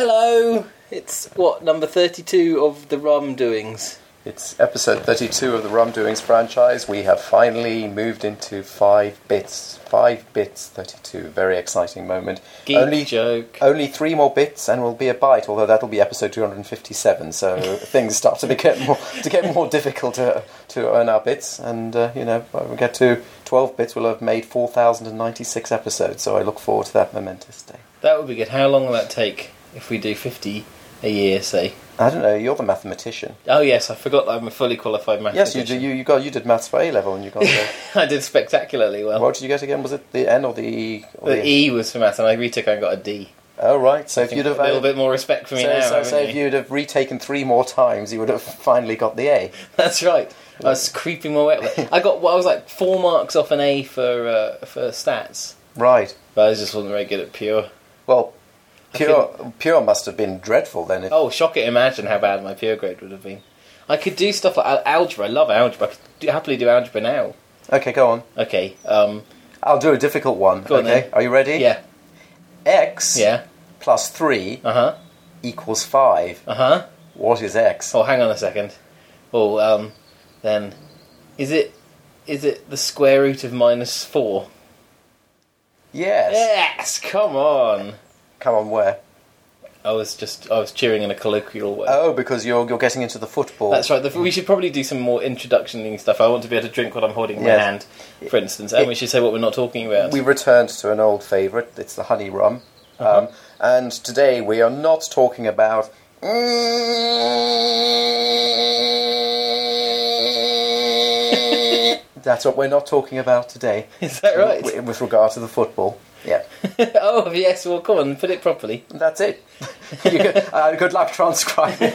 Hello. It's what number thirty-two of the rum doings. It's episode 32 of the Rum Doings franchise. We have finally moved into 5 bits. 5 bits 32. Very exciting moment. Geek only joke. Only 3 more bits and we'll be a bite, although that'll be episode 257. So things start to get more to get more difficult to to earn our bits and uh, you know, when we get to 12 bits we'll have made 4096 episodes. So I look forward to that momentous day. That would be good. How long will that take if we do fifty a year? Say. I don't know, you're the mathematician. Oh yes, I forgot that I'm a fully qualified Yes, mathematician. you do, you you got you did maths for A level and you got the I did spectacularly well. What did you get again? Was it the N or the E? Or The E was for math, and I retook and got a D. Oh right. So if Think you'd have a little bit more respect for so, me now. so, haven't so if you? you'd have retaken three more times, you would have finally got the A. That's right. I was creeping my way. Up. I got. Well, I was like four marks off an A for uh, for stats, Right. but I just wasn't very good at pure. Well, pure pure must have been dreadful then. If, Oh, shock it! Imagine how bad my pure grade would have been. I could do stuff like al- algebra. I love algebra. I could do, happily do algebra now. Okay, go on. Okay. Um. I'll do a difficult one. Go on okay. then. Are you ready? Yeah. X Yeah. plus three Uh huh. equals five. Uh huh. What is X? Oh, hang on a second. Oh, um, then, is it is it the square root of minus four? Yes. Yes. Come on. Come on, where? I was just I was cheering in a colloquial way. Oh, because you're you're getting into the football. That's right. The, we should probably do some more introductioning stuff. I want to be able to drink what I'm holding in my Yes. hand, for instance, and we should say what we're not talking about. We returned to an old favourite. It's the honey rum. Uh-huh. Um, and today we are not talking about. That's what we're not talking about today. Is that right? With, with regard to the football. Yeah. oh yes. Well, come on, put it properly. That's it. you could, uh, good luck transcribing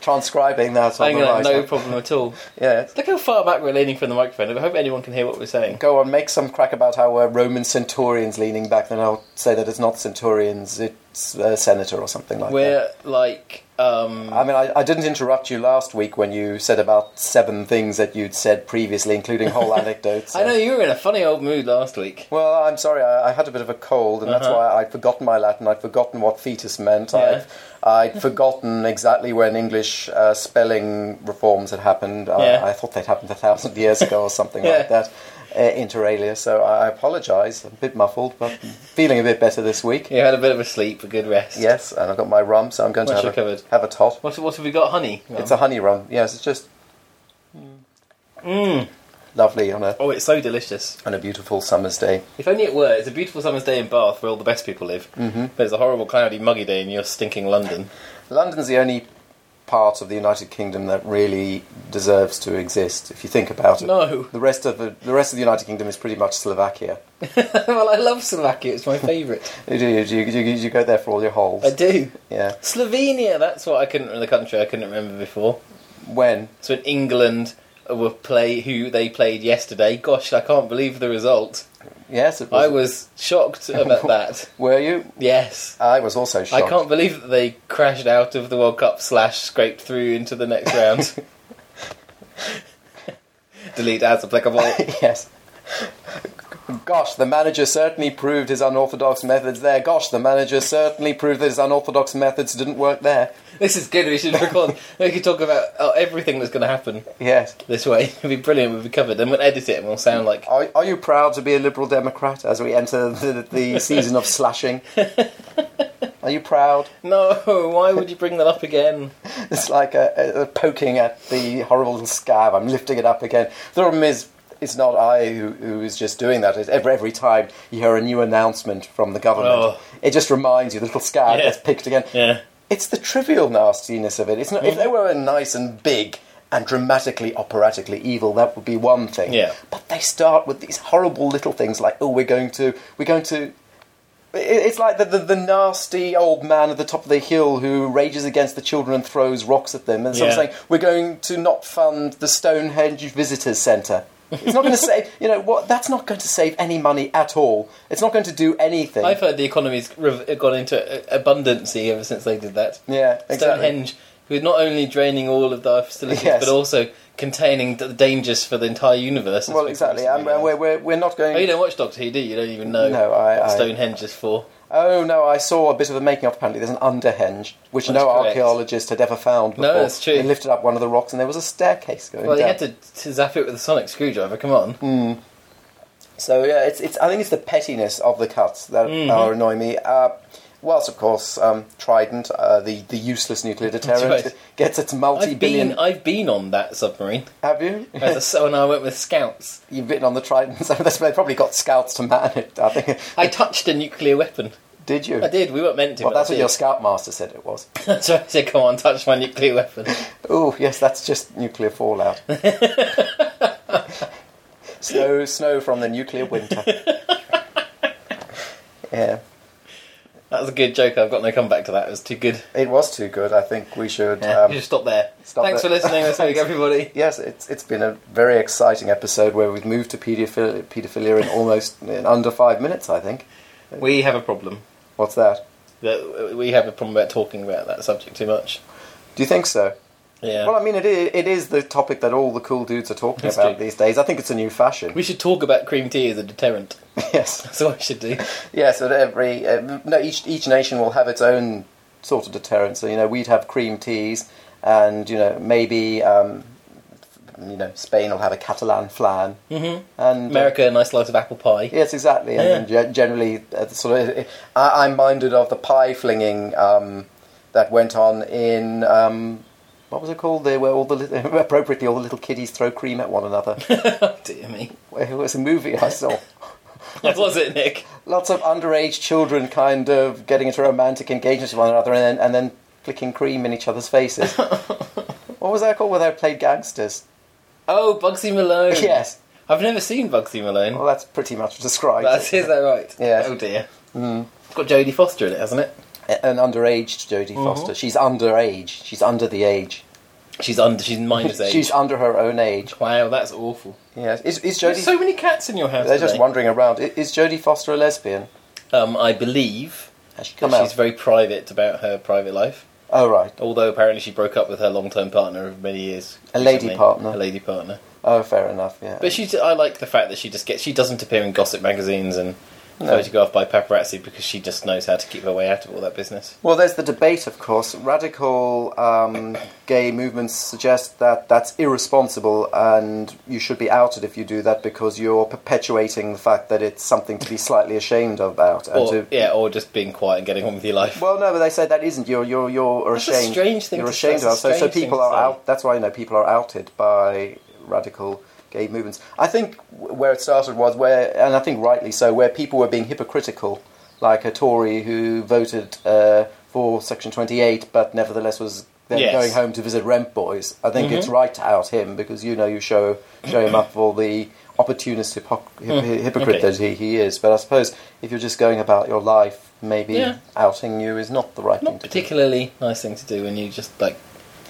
transcribing that on Hang the on, right. no problem at all. Yeah. Look how far back we're leaning from the microphone. I hope anyone can hear what we're saying. Go on, make some crack about how uh, Roman centurions leaning back. Then I'll say that it's not centurions, it's uh, senator or something like that. We're like, um, I mean, I, I didn't interrupt you last week when you said about seven things that you'd said previously, including whole anecdotes. I know so- you were in a funny old mood last week. Well, I'm sorry, I, I had a bit of a cold, and that's Uh-huh. why I'd forgotten my Latin. I'd forgotten what fetus meant. I'd, I'd forgotten exactly when English uh, spelling reforms had happened. Yeah. I, I thought they'd happened a thousand years ago or something Yeah. like that. Uh, inter alia, so I I apologise. A bit muffled, but feeling a bit better this week. You had a bit of a sleep, a good rest. Yes, and I've got my rum, so I'm going Much to have recovered. a, have a tot. What, what have we got, honey? It's a honey rum. Yes, it's just Mm. lovely on a Oh, it's so delicious. on a beautiful summer's day. If only it were. It's a beautiful summer's day in Bath, where all the best people live. Mm-hmm. But it's a horrible, cloudy, muggy day in your stinking London. London's the only part of the United Kingdom that really deserves to exist. If you think about it, No. The rest of the, the rest of the United Kingdom is pretty much Slovakia. well, I love Slovakia. It's my favourite. You do you, do- you, you, you go there for all your holes. I do. Yeah. Slovenia. That's what I couldn't remember the country I couldn't remember before. When So in England uh, were play who they played yesterday. Gosh, I can't believe the result. yes, it was, I was shocked about that. Were you? Yes. I was also shocked. I can't believe that they crashed out of the World Cup slash scraped through into the next round. Delete as applicable. yes. Gosh, the manager certainly proved his unorthodox methods there. Gosh, the manager certainly proved that his unorthodox methods didn't work there. This is good. We should record. We could talk about oh, everything that's going to happen Yes. this way. It'd be brilliant. We'll be covered. Then we'll edit it and we'll sound like Are, are you proud to be a Liberal Democrat as we enter the, the season of slashing? Are you proud? no. Why would you bring that up again? It's like a, a, a poking at the horrible little scab. I'm lifting it up again. The problem is, it's not I who, who is just doing that. It's every, every time you hear a new announcement from the government, Oh. it just reminds you the little scab Yeah. gets picked again. Yeah. It's the trivial nastiness of it. It's not, If they were nice and big and dramatically, operatically evil, that would be one thing. Yeah. But they start with these horrible little things like, oh, we're going to, we're going to. I- It's like the, the, the nasty old man at the top of the hill who rages against the children and throws rocks at them. And so I'm Yeah. saying, we're going to not fund the Stonehenge Visitors Centre. It's not going to save, you know, what? That's not going to save any money at all. It's not going to do anything. I've heard the economy's rev- uh, gone into a- abundancy ever since they did that. yeah, exactly. Stonehenge, who is not only draining all of our facilities Yes. but also containing the dangers for the entire universe. as Well, we exactly. constantly And, and learn. we're, we're, we're not going. Oh, you don't watch Doctor Who, do you? You don't even know No, I- what I- Stonehenge is for. Oh no, I saw a bit of the making of. Apparently, there's an underhenge which That's no correct. archaeologist had ever found No, before. that's true. They lifted up one of the rocks, and there was a staircase going Well, they down. Mm. had to, to zap it with a sonic screwdriver. Come on. So yeah, it's, it's I think it's the pettiness of the cuts that Mm-hmm. are annoy me. Uh, whilst of course um, Trident, uh, the the useless nuclear deterrent, right. gets its I've been multi-billion. I've been on that submarine. Have you? As a sonar, I went with scouts. You've written on the Trident, so that's- they probably got scouts to man it. I think. I touched a nuclear weapon. Did you? I did. We weren't meant to. Well, but that's I what did. your scoutmaster said it was. That's why I said, "Come on, touch my nuclear weapon." Oh yes, that's just nuclear fallout. snow, snow from the nuclear winter. yeah. That was a good joke. I've got no comeback to that. It was too good. It was too good. I think we should. Yeah, Um, we should stop there. stop Thanks there. for listening this week, everybody. yes, it's it's been a very exciting episode where we've moved to pedophilia, pedophilia in almost in under five minutes. I think. We have a problem. What's that? That we have a problem about talking about that subject too much. Do you think so? Yeah. Well, I mean, it is, it is the topic that all the cool dudes are talking That's about true. these days. I think it's a new fashion. we should talk about cream tea as a deterrent. yes. That's what we should do. Yes, that every uh, no each each nation will have its own sort of deterrent. So you know we'd have cream teas, and you know maybe um, you know Spain will have a Catalan flan, mm-hmm. and uh, America, a nice slice of apple pie. Yes, exactly. And then ge- generally, uh, sort of, I, I'm minded of the pie flinging um, that went on in. Um, what was it called? There, where all the li- appropriately all the little kiddies throw cream at one another. Oh, Dear me. it was a movie I saw. That was it, Nick. lots of underage children kind of getting into romantic engagements with one another and then, and then flicking cream in each other's faces. what was that called where they played gangsters? Oh, Bugsy Malone. Yes. I've never seen Bugsy Malone. Well, that's pretty much described. That's, is that right? Yes. Mm. Oh dear. It's got Jodie Foster in it, hasn't it? An underage Jodie Foster. She's underage. She's under the age. She's under. She's minus age. She's under her own age. wow, that's awful. Yes. Is, is There's Jodie? so many cats in your house. They're just today. wandering around. I- Is Jodie Foster a lesbian? Um, I believe Has she that come out? she's very private about her private life. Oh right. Although apparently she broke up with her long-term partner of many years. A lady recently. partner. A lady partner. Oh, fair enough. Yeah. But she, I like the fact that she just gets. She doesn't appear in gossip magazines and No. photographed by paparazzi because she just knows how to keep her way out of all that business. Well, there's the debate, of course. Radical um, gay movements suggest that that's irresponsible and you should be outed if you do that because you're perpetuating the fact that it's something to be slightly ashamed about. And Or to, yeah, or just being quiet and getting on with your life. Well, no, but they say that isn't. You're, you're, you're That's a ashamed. strange thing You're to- ashamed that's a about it. So, strange so people thing to are say. out. That's why, you know, people are outed by radical gay movements. I think w- where it started was where, and I think rightly so, where people were being hypocritical, like a Tory who voted uh, for Section 28, but nevertheless was then Yes. Mm-hmm. going home to visit Rent Boys. I think it's right to out him because, you know, you show, show him up for the opportunist hypoc- hyp- hypocrite Mm. okay. that he, he is. But I suppose if you're just going about your life, maybe Yeah. outing you is not the right thing Not to do. particularly nice thing to do when you just like,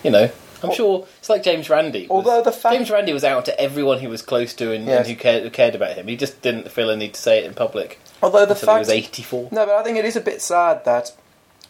you know. I'm sure it's like James Randi. was- Although the fact- James Randi was out to everyone who was close to and, and Yes. who, cared, who cared about him, he just didn't feel a need to say it in public. Although the until he fact was 84. no, but I think it is a bit sad that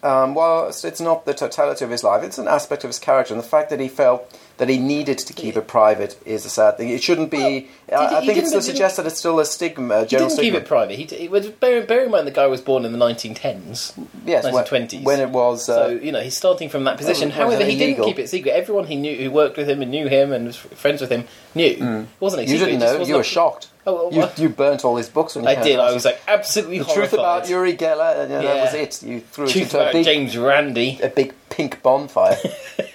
um, whilst it's not the totality of his life, it's an aspect of his character, and the fact that he felt that he needed to keep it private is a sad thing. It shouldn't be. Well, I, he- I he think it's didn't- to suggest that it's still a stigma, a He general didn't keep stigma. it private. He, d- he was, bear, bear in mind the guy was born in the 1910s, yes, when- 1920s. when it was. so Uh, you know he's starting from that position. Oh, Well, was it However, he didn't illegal? keep it secret. Everyone he knew, who worked with him and knew him and was f- friends with him, knew. It wasn't a Hmm. you secret, didn't it just know. was You were not- shocked. Oh, well, you, what? you burnt all his books when you I came did. out. I was like absolutely The horrified. truth about Uri Geller, and, you know, Yeah. that was it. You threw it Truth into a about big, James Randi. a big pink bonfire.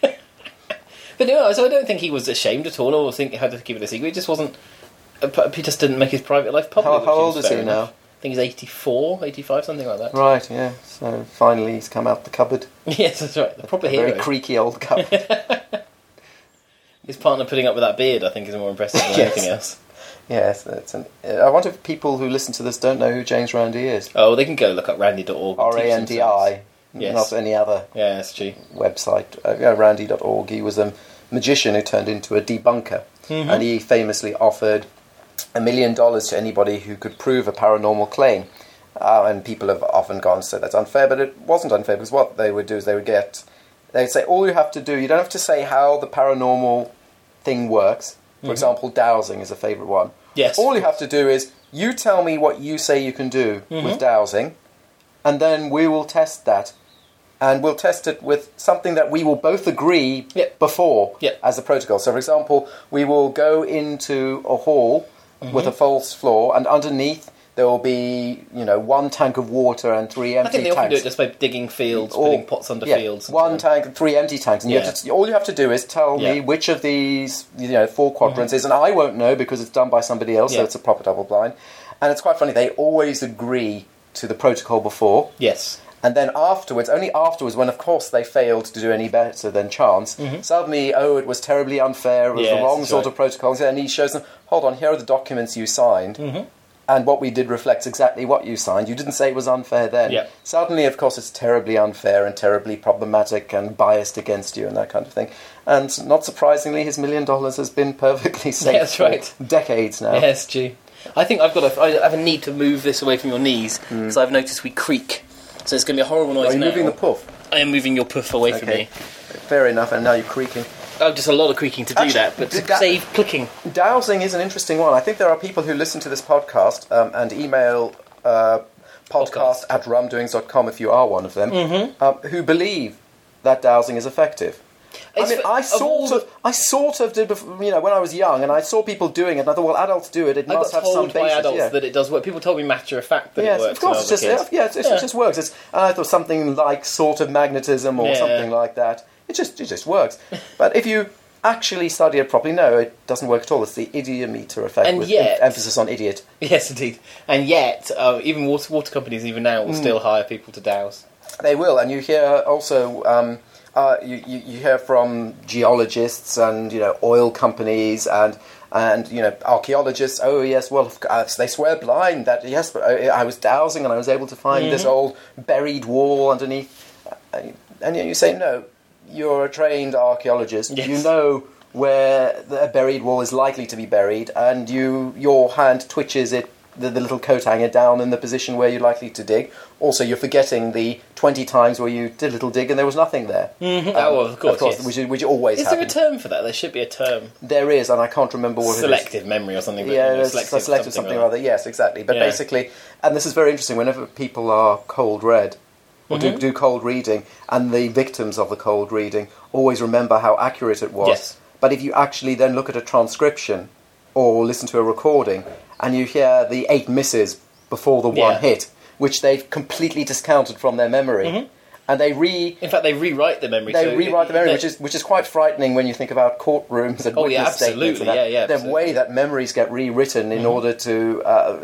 But no, so I don't think he was ashamed at all, or think had to keep it a secret. He just wasn't. uh, He just didn't make his private life public. How- how which old is fair he enough. now? I think he's 84, 85, something like that. Right, yeah. So finally he's come out the cupboard. Yes, that's right. The proper A very hero. creaky old cupboard. his partner putting up with that beard, I think, is more impressive than Yes. anything else. yes, that's an, I wonder if people who listen to this don't know who James Randi is. Oh, they can go look up randy.org. and R teach A N D I, Yes. not any other themselves. Yeah, that's true. website. Uh, yeah, Randy.org. He was a magician who turned into a debunker, and he famously offered a million dollars to anybody who could prove a paranormal claim. Uh, and people have often gone, so that's unfair. But it wasn't unfair because what they would do is they would get, they'd say, all you have to do, you don't have to say how the paranormal thing works. For example, dowsing is a favourite one. Yes. Mm-hmm. All you have to do is you tell me what you say you can do with dowsing, and then we will test that. And we'll test it with something that we will both agree Yep. before Yep. as a protocol. So, for example, we will go into a hall Mm-hmm. with a false floor, and underneath there will be, you know, one tank of water and three empty I think they tanks often do it just by digging fields, all- putting pots under yeah, fields. and One so on. tank, three empty tanks, and you have Yeah. to, all you have to do is tell me Yeah. which of these you know four quadrants is, and I won't know because it's done by somebody else, so Yeah. it's a proper double blind. And it's quite funny; they always agree to the protocol before, Yes. and then afterwards, only afterwards, when of course they failed to do any better than chance, suddenly, oh, it was terribly unfair, it was the Mm-hmm. Yes, wrong that's sort right. of protocol. And he shows them, hold on, here are the documents you signed. Mm-hmm. And what we did reflects exactly what you signed. You didn't say it was unfair then. Yep. Suddenly, of course, it's terribly unfair and terribly problematic and biased against you and that kind of thing. And not surprisingly, his million dollars has been perfectly safe that's for right. decades now. Yes, G. I think I've got a, I have a need to move this away from your knees because I've noticed we creak. So it's going to be a horrible noise Hmm. Are you now. moving the puff? I am moving your puff away from me. Fair enough, and now you're creaking. Oh, just a lot of creaking to do Actually, that, but did to that- save clicking. Dowsing is an interesting one. I think there are people who listen to this podcast um, and email uh, podcast, Podcast. Mm-hmm. at rumdoings.com if you are one of them, um, who believe that dowsing is effective. I It's mean, f- I of sort all of, I sort of did, before, you know, when I was young, and I saw people doing it, and I thought, well, adults do it. It I must got have some told by basis. adults yeah. that it does work. People told me matter of fact that Yes, it works. of course. when I It's was just, a kid. yeah, it's- it's- it Yeah. just works. It's, and I thought something like sort of magnetism or Yeah. something like that. It just, it just works. but if you actually study it properly, no, it doesn't work at all. It's the idiometer effect And with yet- em- emphasis on idiot. Yes, indeed. And yet, uh, even water, water companies, even now, Hmm. will still hire people to douse. They will, and you hear also. Um, uh, you, you, you hear from geologists and you know oil companies and and you know archaeologists. Oh yes, well of c- uh, they swear blind that yes, but uh, I, I was dowsing and I was able to find this Mm-hmm. old buried wall underneath. And, and you say no, you're a trained archaeologist. Yes. You know where the- a buried wall is likely to be buried, and you your hand twitches it. The, the little coat hanger down in the position where you're likely to dig. Also, you're forgetting the 20 times where you did a little dig and there was nothing there. Mm-hmm. Oh, well, of course, yes. which, is- which always Is there a happens. term for that? There should be a term. there is, and I can't remember what it is Selective memory or something. but, yeah, you know, it's selective, selective something, or other. Yes, exactly. But Yeah. basically, and this is very interesting. Whenever people are cold read or Mm-hmm. do, do cold reading, and the victims of the cold reading always remember how accurate it was. Yes. But if you actually then look at a transcription or listen to a recording, and you hear the eight misses before the one Yeah. hit, which they've completely discounted from their memory, Mm-hmm. and they re In fact, they rewrite the memory. they so rewrite the memory, they- which is which is quite frightening when you think about courtrooms and Oh, yeah, witness statements. absolutely, and that. yeah, yeah, The absolutely. Mm-hmm. way that memories get rewritten in order to uh,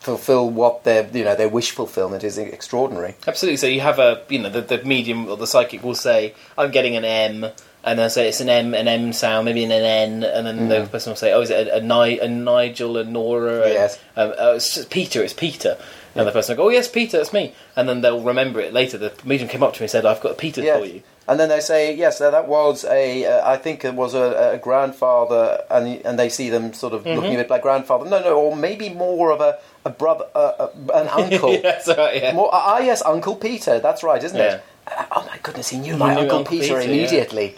fulfill what their you know their wish fulfillment is extraordinary. Absolutely. So you have a, you know, the, the medium or the psychic will say, I'm getting an M, and they'll say it's an M, an M sound, maybe an N, and then the Mm. person will say, oh, is it a, a, Ni- a Nigel, a Nora? and, Yes. Um, oh, it's just Peter, it's Peter. And the person will go, oh, yes, Peter, it's me. And then they'll remember it later. The medium came up to me and said, I've got a Peter Yes. for you. And then they say, yes, that, that was a, uh, I think it was a, a grandfather, and and they see them sort of Mm-hmm. looking a bit like grandfather. No, no, or maybe more of a, a brother, uh, uh, an uncle. yes, right, yeah. More, ah, yes, Uncle Peter. That's right, isn't Yeah. it? Uh, Oh my goodness, he knew my knew Uncle, Uncle Peter, Peter, yeah. immediately.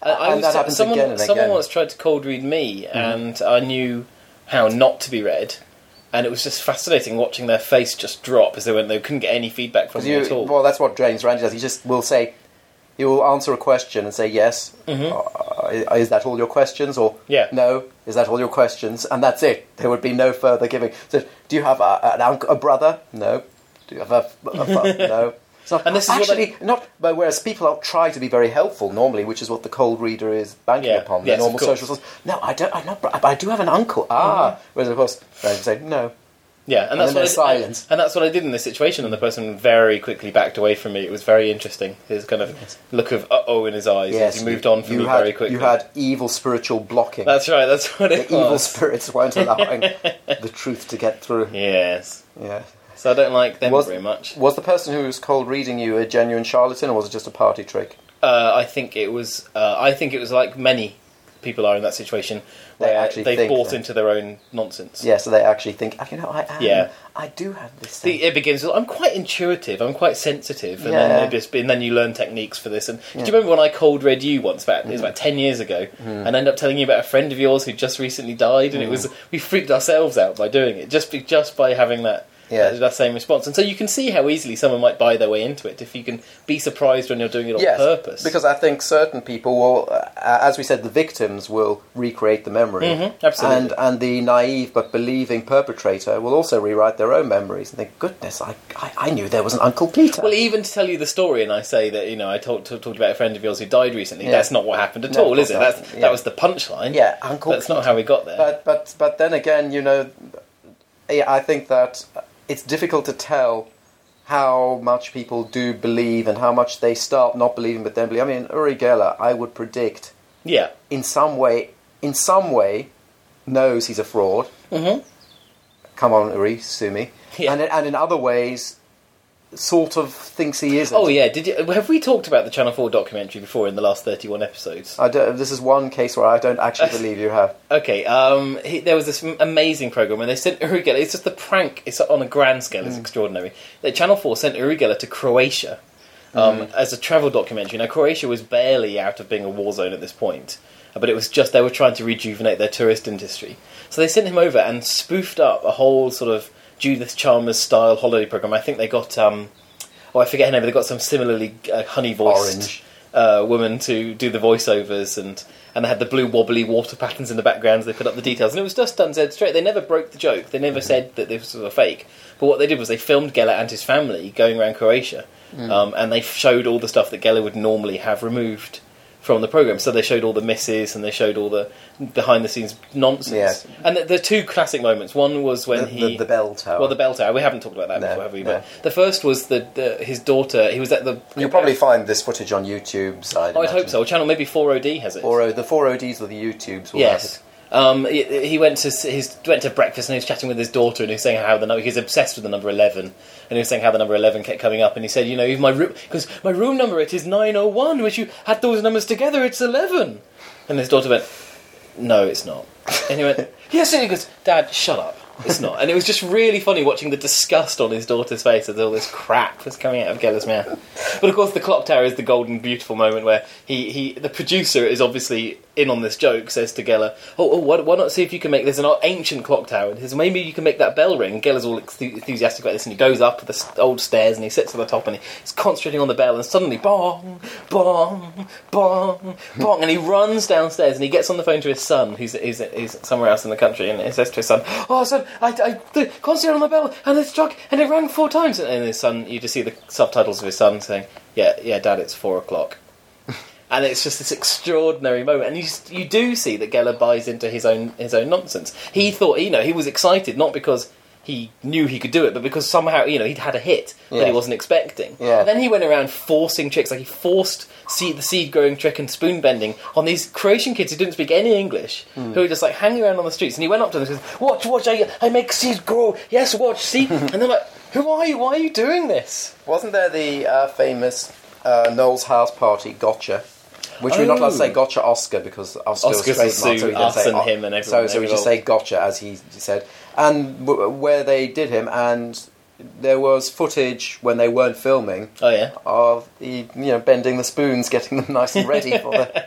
And I And was, that happens someone, again and someone again. Mm-hmm. once tried to cold read me, and I knew how not to be read. And it was just fascinating watching their face just drop as they went. They couldn't get any feedback from me You- at all. Well, that's what James Randi does. He just will say, he will answer a question and say yes. Uh, is that all your questions? Or Mm-hmm. Yeah. no? Is that all your questions? And that's it. There would be no further giving. So, do you have a, an uncle, a brother? No. Do you have a, a fa- no? It's not, And this is what actually not. But whereas people are, try to be very helpful normally, which is what the cold reader is banking Yeah. upon. Yes, the normal of course. Mm-hmm. social. source. No, I don't. I'm not. bro- But I do have an uncle. Ah. Whereas of course, they say no. Yeah, and, that's then what I, there's did- silence. And that's what I did in this situation, and the person very quickly backed away from me. It was very interesting. His kind of look of uh oh in his eyes as he moved on from you me had, very quickly. You had evil spiritual blocking. that's right. That's what it the evil was. spirits weren't allowing the truth to get through. Yeah. yes. So I don't like them Was, very much. was the person who was cold reading you a genuine charlatan, or was it just a party trick? Uh, I think it was. Uh, I think it was like many people are in that situation. They where actually they've think bought that- into their own nonsense. Yeah, so they actually think, "Oh, you know, I am. Yeah. I do have this thing. The- It begins with I'm quite intuitive, I'm quite sensitive, and Yeah. then they just and then you learn techniques for this. And do you remember when I cold read you once? About Mm. it was about ten years ago, and I ended up telling you about a friend of Mm. yours who just recently died, and it was we freaked ourselves out by doing it just be- just by having that Yeah. that, that same response. And so you can see how easily someone might buy their way into it if you can be surprised when you're doing it on yes, purpose. Because I think certain people will, uh, as we said, the victims will recreate the memory. Mhm, absolutely. And, and the naive but believing perpetrator will also rewrite their own memories and think, goodness, I, I, I knew there was an Uncle Peter. Well, e- even to tell you the story, and I say that you know I talked talked about a friend of yours who died recently. Yeah. That's not what happened at No, of all, is course it? not. That's, Yeah. That was the punchline. yeah, Uncle that's not how we got there. But but but then again, you know, yeah, I think that it's difficult to tell how much people do believe and how much they start not believing but then believe. I mean, Uri Geller, I would predict yeah, in some way, in some way, knows he's a fraud. Mm-hmm. Come on, Uri, sue me. Yeah. And and in other ways, sort of thinks he isn't. Oh yeah, did you, have we talked about the Channel Four documentary before in the last thirty-one episodes? I don't, this is one case where I don't actually believe you have. Okay, um, he, there was this m- amazing program, and they sent Urugela. It's just the prank. It's on a grand scale. It's extraordinary. That Channel Four sent Urugela to Croatia um, as a travel documentary. Now Croatia was barely out of being a war zone at this point, uh, but it was just they were trying to rejuvenate their tourist industry. So they sent him over and spoofed up a whole sort of Judith Chalmers style holiday program. I think they got um, oh I forget her name, but they got some similarly uh, honey voiced Orange. uh, woman to do the voiceovers and and they had the blue wobbly water patterns in the background. They put up the details, and it was just done dead straight. They never broke the joke. They never Mm. said that this was a fake. But what they did was they filmed Geller and his family going around Croatia, Mm. um, and they showed all the stuff that Geller would normally have removed from the program. So they showed all the misses, and they showed all the behind the scenes nonsense. Yes. And the, the two classic moments. One was when The, he the, the bell tower. well, the bell tower. We haven't talked about that Oh. No, before, have we? no. But the first was the, the his daughter. He was at the. You'll probably find this footage on YouTube. Side. Oh, I'd hope so. Well, channel maybe four OD has it. Or uh, the four ODs or the YouTubes. Will have Yes. it. Um, he, he went to s- his went to breakfast and he was chatting with his daughter and he was saying how the number he's obsessed with the number eleven and he was saying how the number eleven kept coming up and he said you know if my room because my room number it is nine oh one which you add those numbers together it's eleven and his daughter went no it's not and he went yes and he goes dad shut up it's not and it was just really funny watching the disgust on his daughter's face as all this crap was coming out of Geller's mouth but of course the clock tower is the golden beautiful moment where he, he the producer is obviously in on this joke says to Geller oh, oh why, why not see if you can make there's an ancient clock tower and he says maybe you can make that bell ring Geller's all ex- enthusiastic about this and he goes up the s- old stairs and he sits at the top and he's concentrating on the bell and suddenly bong bong bong bong and he runs downstairs and he gets on the phone to his son who's, who's, who's somewhere else in the country and he says to his son oh son I, I the, concentrated on the bell and it struck and it rang four times and his son you just see the subtitles of his son saying yeah yeah dad it's four o'clock and it's just this extraordinary moment. And you s- you do see that Geller buys into his own his own nonsense. He thought you know he was excited not because he knew he could do it, but because somehow you know he'd had a hit that he Yeah. wasn't expecting. Yeah. Then he went around forcing tricks like he forced seed, the seed growing trick and spoon bending on these Croatian kids who didn't speak any English who were just like hanging around on the streets. And he went up to them and says, "Watch, watch! I I make seeds grow. Yes, watch, see." and they're like, "Who are you? Why are you doing this?" Wasn't there the uh, famous uh, Knowles house party gotcha? Which we're not allowed to say Oh. gotcha Oscar because Oscar was Oscar's trademarked, the so zoo, we don't us say and o- him and So, everyone, so we just everyone. say gotcha as he said, and w- where they did him, and there was footage when they weren't filming Oh yeah. of he, you know bending the spoons, getting them nice and ready for the.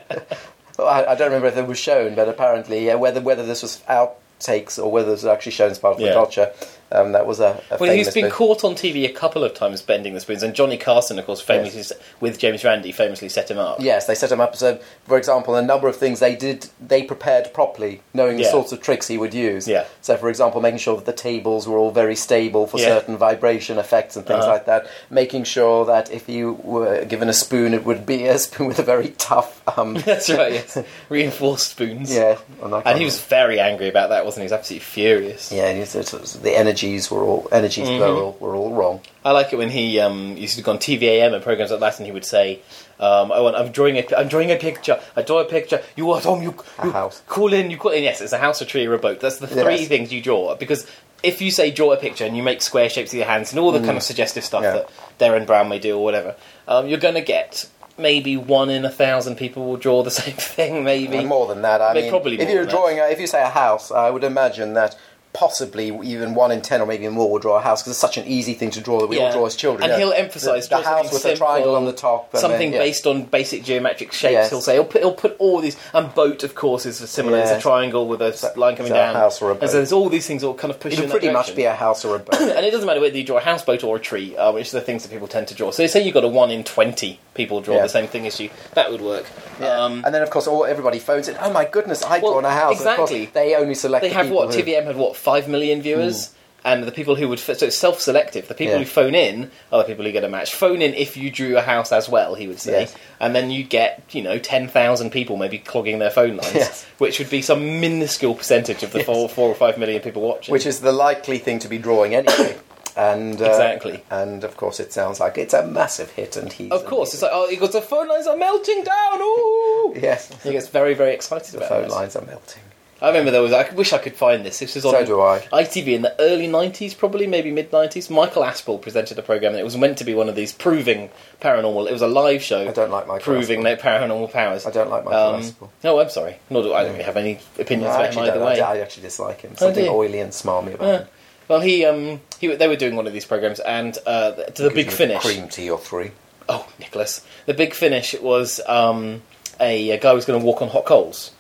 Well, I, I don't remember if it was shown, but apparently, yeah, whether whether this was outtakes or whether this was actually shown as part of Yeah. the culture, um, that was a, a Well, famous he's been bit. caught on TV a couple of times bending the spoons, and Johnny Carson, of course, famously Yes. s- with James Randi, famously set him up. Yes, they set him up. So, for example, a number of things they did, they prepared properly, knowing Yeah. the sorts of tricks he would use. Yeah. So, for example, making sure that the tables were all very stable for Yeah. certain vibration effects and things Uh-huh. like that. Making sure that if you were given a spoon, it would be a spoon with a very tough. Um, That's right. Yes. Reinforced spoons. yeah, on that And kind he of- was very angry about that, wasn't he? He was absolutely furious. Yeah, and it's- it's- it's- the energies were all energies Mm-hmm. plural were all wrong. I like it when he um, used to go on TVAM and programs like that, and he would say, um, "I want, I'm drawing a, I'm drawing a picture. I draw a picture. You at home? You, A you house. Call in. You call in. Yes, it's a house, a tree, or a boat. That's the Yes. three things you draw because." If you say draw a picture and you make square shapes with your hands and all the kind of suggestive stuff Mm. Yeah. that Darren Brown may do or whatever, um, you're going to get maybe one in a thousand people will draw the same thing. Maybe And more than that, I They mean, probably if more you're than that. drawing, a- if you say a house, I would imagine that possibly even one in ten or maybe more will draw a house because it's such an easy thing to draw that we all Yeah. draw as children. And you know. he'll emphasise the, the draw house something with a triangle simple, on the top. and then- Something yeah. based on basic geometric shapes. Yes. He'll say he'll put he'll put all these and boat of course is similar. It's Yeah. a triangle with a line coming it's a down. house or a And boat. so there's all these things all kind of pushing. It'll pretty much be a house or a boat. And it doesn't matter whether you draw a houseboat or a tree, uh, which are the things that people tend to draw. So say you've got a one in twenty people draw Yeah. the same thing as you. That would work. Um, and then of course all everybody phones in. Oh my goodness, I've Well, drawn a house. And of course, exactly. they only select. they the have people what who- Hmm. TVM had what five million viewers, and the people who would so it's self-selective. The people Yeah. who phone in are the people who get a match. Phone in if you drew a house as well, he would say, Yes. and then you get you know ten thousand people maybe clogging their phone lines, Yes. which would be some minuscule percentage of the four, four or five million people watching. which is the likely thing to be drawing anyway. And uh, Exactly. And of course, it sounds like it's a massive hit, and he's of course, it's like oh, because the phone lines are melting down. Ooh. yes, He gets very, very excited the about phone this. lines are melting. I remember there was. I wish I could find this. This was on So do I. ITV in the early '90s, probably maybe mid '90s. Michael Aspel presented a program, and it was meant to be one of these proving paranormal. It was a live show. I don't like Michael proving Aspel. their paranormal powers. Um, I don't like Michael Aspel. No, I'm sorry. Nor do I don't really have any opinions I about him actually either don't. way. Oh, I, I actually dislike him. Something dear. oily and smarmy about Uh, him. well, he um he they were doing one of these programs, and uh, to the big Gives him finish. Cream tea or three. Oh, Nicholas. The big finish was um, a, a guy was going to walk on hot coals.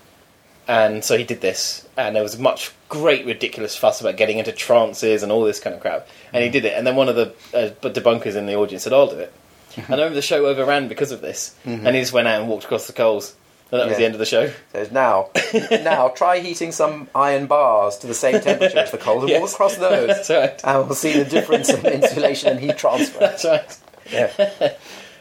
And so he did this, and there was much great ridiculous fuss about getting into trances and all this kind of crap. And he did it, and then one of the uh, debunkers in the audience said, "I'll do it." and I remember the show overran because of this, and he just went out and walked across the coals, and that was Yeah. the end of the show. Says now, now try heating some iron bars to the same temperature as the cold and walk Yes. across those, That's right. and we'll see the difference in insulation and heat transfer. That's right. Yeah.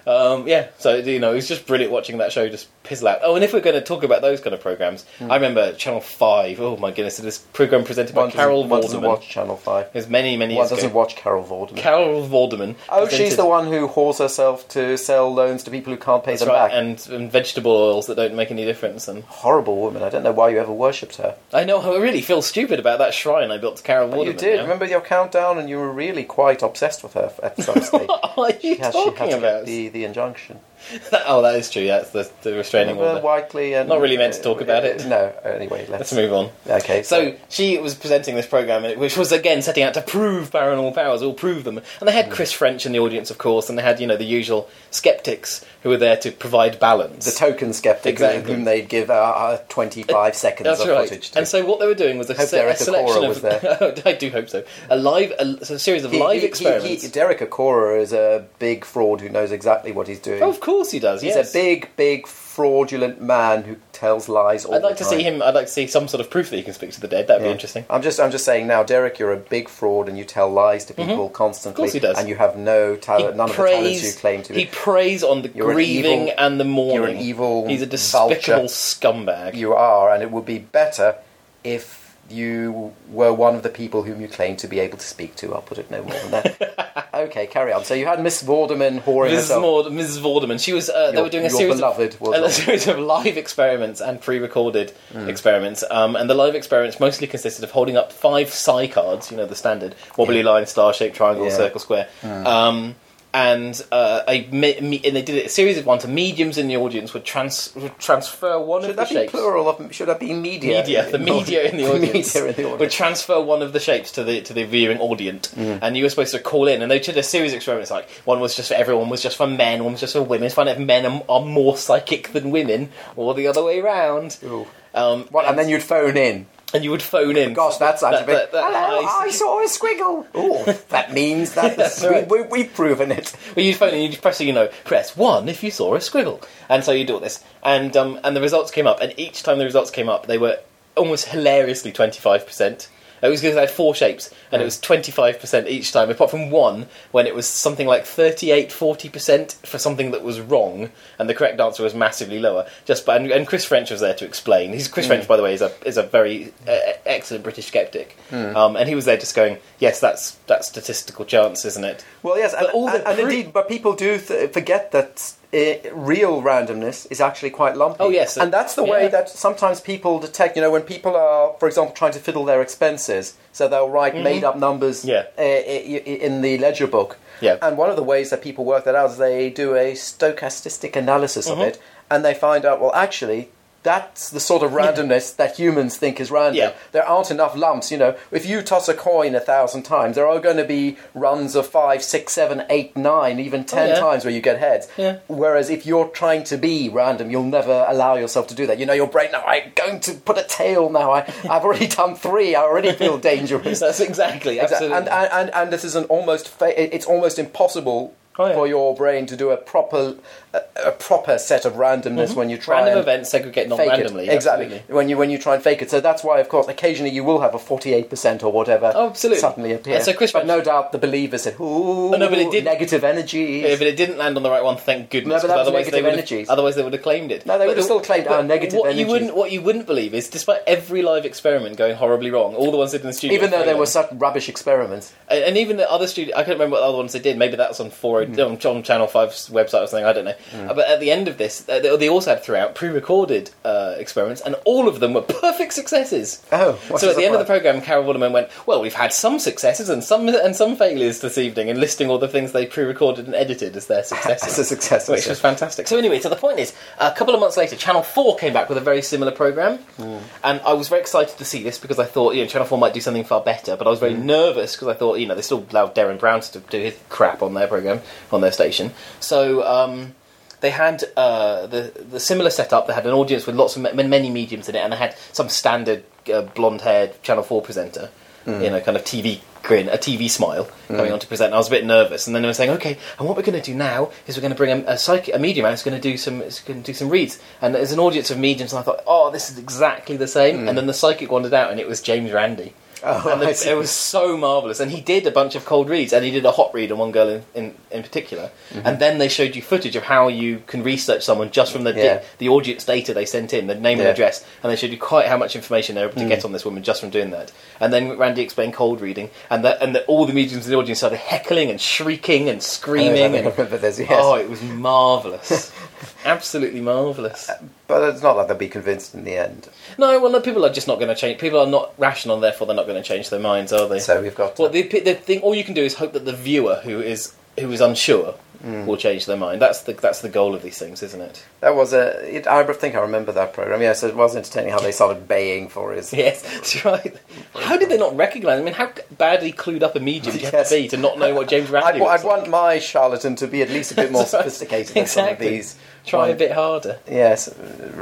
Um, yeah, so you know, it was just brilliant watching that show just pizzle out. Oh, and if we're going to talk about those kind of programs, Hmm. I remember Channel Five. Oh my goodness, this program presented by One Carol doesn't, one doesn't Vorderman. watch Channel Five. It was many, many One years doesn't ago. watch Carol Vorderman. Carol Vorderman. Oh, she's presented- the one who whores herself to sell loans to people who can't pay That's them right, back. and, and vegetable oils that don't make any difference. And Horrible woman. I don't know why you ever worshipped her. I know I really feel stupid about that shrine I built to Carol Vorderman. you did. now. Remember your countdown, and you were really quite obsessed with her at some stage. What are you Yes, she had talking to about? get the, the injunction. oh, that is true. Yeah, it's the, the restraining Remember order. Whiteley and uh, Not really meant to talk about it. No. Anyway, let's, Let's move on. Okay. So she was presenting this program, which was again setting out to prove paranormal powers, all prove them. And they had Chris French in the audience, of course, and they had you know the usual skeptics who were there to provide balance. the token skeptic Exactly. whom they'd give uh, uh, 25 seconds That's of right. footage to. And so what they were doing was a, Hope se- a Derek selection Okora of. Oh, was there. I do hope so. A live, a, so a series of He- live he- he- experiments. he- Derek Okora is a big fraud who knows exactly what he's doing. oh, of course he does. He's yes. a big, big fraudulent man who tells lies all I'd like the to time. see him. I'd like to see some sort of proof that he can speak to the dead. That'd be Yeah. interesting. I'm just, I'm just saying now, Derek, you're a big fraud, and you tell lies to people constantly. Mm-hmm. Of course he does. And you have no He talent, Uh, none of the talents you preys, claim to. he preys on the You're an grieving evil- and the mourning. you're an evil He's a despicable vulture. scumbag. you are, and it would be better if you were one of the people whom you claim to be able to speak to. I'll put it no more than that. okay, carry on. So you had Miss Vorderman whoring Mrs. herself. Maud, Mrs. Vorderman. She was. Uh, they Your- were doing a your series, beloved of, was a on. Hmm. series of live experiments and pre-recorded experiments. Um, and the live experiments mostly consisted of holding up five psi cards. You know the standard wobbly line, star shaped triangle, Yeah. Hmm. circle, square. Um, and uh, a me- me- and they did it a series of one to mediums in the audience would, trans- would transfer one Should of the that be shapes. plural? Of, should that be media? media, the media in the audience, media in the would audience. Mm. transfer one of the shapes to the to the viewing audience, and you were supposed to call in. And they did a series of experiments. Like one was just for everyone, was just for men, one was just for women. Find out if men are, are more psychic than women, or the other way around. Ooh. Um, What, and then you'd phone in. and you would phone in. Gosh, that's That- scientific. that- that Hello, high- I saw a squiggle. Oh, that means that That's right. we, we, we've proven it. Well, you'd phone and you'd press, you know, press one if you saw a squiggle. And so you do all this. And, um, and the results came up, and each time the results came up, they were almost hilariously 25%. It was because I had four shapes, and it was 25% each time, apart from one when it was something like 38, 40% for something that was wrong, and the correct answer was massively lower. Just by, and, and Chris French was there to explain. He's, Chris French, by the way, is a, is a very uh, excellent British skeptic. Um, and he was there just going, yes, that's, that's statistical chance, isn't it? Well, yes, and, But all the and- and pre- indeed, but people do th- forget that uh, real randomness is actually quite lumpy. Oh, yes, and that's the way yeah. that sometimes people detect. You know, when people are, for example, trying to fiddle their expenses, so they'll write made-up numbers Mm-hmm. Yeah. uh, i- i- in the ledger book. Yeah. And one of the ways that Mm-hmm. people work that out is they do a stochastic analysis of it, and they find out. Well, actually. that's the sort of randomness that humans think is random. Yeah. There aren't enough lumps, you know. If you toss a coin a thousand times, there are going to be runs of five, six, seven, eight, nine, even ten Oh, yeah. times where you get heads. Yeah. Whereas if you're trying to be random, you'll never allow yourself to do that. You know, your brain, now I'm going to put a tail now. I, I've already done three. I already feel dangerous. That's exactly, absolutely. And, and, and, and this is an almost fa- it- it's almost impossible Oh, yeah. for your brain to do a proper a, a proper set of randomness when you try Mm-hmm. Random and events segregate fake it. non-randomly. exactly absolutely. when you when you try and fake it. So that's why, of course, occasionally you will have a forty eight percent or whatever Oh, absolutely. suddenly appear. And so Chris but no mentioned- doubt the believer said, "Ooh, no, but it did- negative energy." Yeah, but it didn't land on the right one. Thank goodness. No, but that 'cause was otherwise they negative would energies. Have, otherwise, they would have claimed it. No, they But would have the- still claimed our but negative what energies. You wouldn't, what you wouldn't believe is, despite every live experiment going horribly wrong, all the ones did in the studio, even though were there were failing. such rubbish experiments, and, and even the other studio, I can't remember what other ones they did. Maybe that's on four Hmm. on, on Channel 5's website or something. I don't know. Uh, But at the end of this, uh, they, they also had throughout pre-recorded uh, experiments, and all of them were perfect successes. Oh, what so a at the end of the surprise. program, Carol Waterman went, "Well, we've had some successes and some and some failures this evening," and listing all the things they pre-recorded and edited as their successes. As a success, which yeah. was fantastic. So anyway, so the point is, a couple of months later, Channel Four came back with a very similar program, and I was very excited to see this because I thought you know Channel Four might do something far better, but I was very nervous because I thought you know they still allowed Darren Brown to do his crap on their program on their station, so. Um, they had uh, the the similar setup. They had an audience with lots of ma- many mediums in it, and they had some standard uh, blonde-haired Channel Four presenter Hmm. in a kind of TV grin, a TV smile, coming on to present. And I was a bit nervous, and then they were saying, "Okay, and what we're going to do now is we're going to bring a, a psych, a medium out. It's going to do some, it's going to do some reads." And there's an audience of mediums, and I thought, "Oh, this is exactly the same." And then the psychic wandered out, and it was James Randi. Hmm. Oh, and the- I see. it was so marvelous, and he did a bunch of cold reads, and he did a hot read on one girl in, in, in particular, Mm-hmm. and then they showed you footage of how you can research someone just from the Yeah. the audience data they sent in, the name and Yeah. Mm. address, and they showed you quite how much information they were able to get on this woman just from doing that. And then Randy explained cold reading, and that and that all the mediums in the audience started heckling and shrieking and screaming. I and, remember this, yes. Oh, it was marvelous, absolutely marvelous. but it's not that they'll be convinced in the end. No, well, no, people are just not going to change. People are not rational, therefore they're not going to change their minds, are they? So we've got Well, the, the thing all you can do is hope that the viewer who is who is unsure Mm. will change their mind. That's the that's the goal of these things, isn't it? That was a. It, I think I remember that program. Yes, it was entertaining how they started baying for his. Yes, that's right. How did they not recognise? I mean, how badly clued up a medium do you have Yes. to be to not know what James I'd, Randi? wa- looks I'd like? want my charlatan to be at least a bit more sophisticated than some of exactly. these. um, Try a one- bit harder. Yes, uh,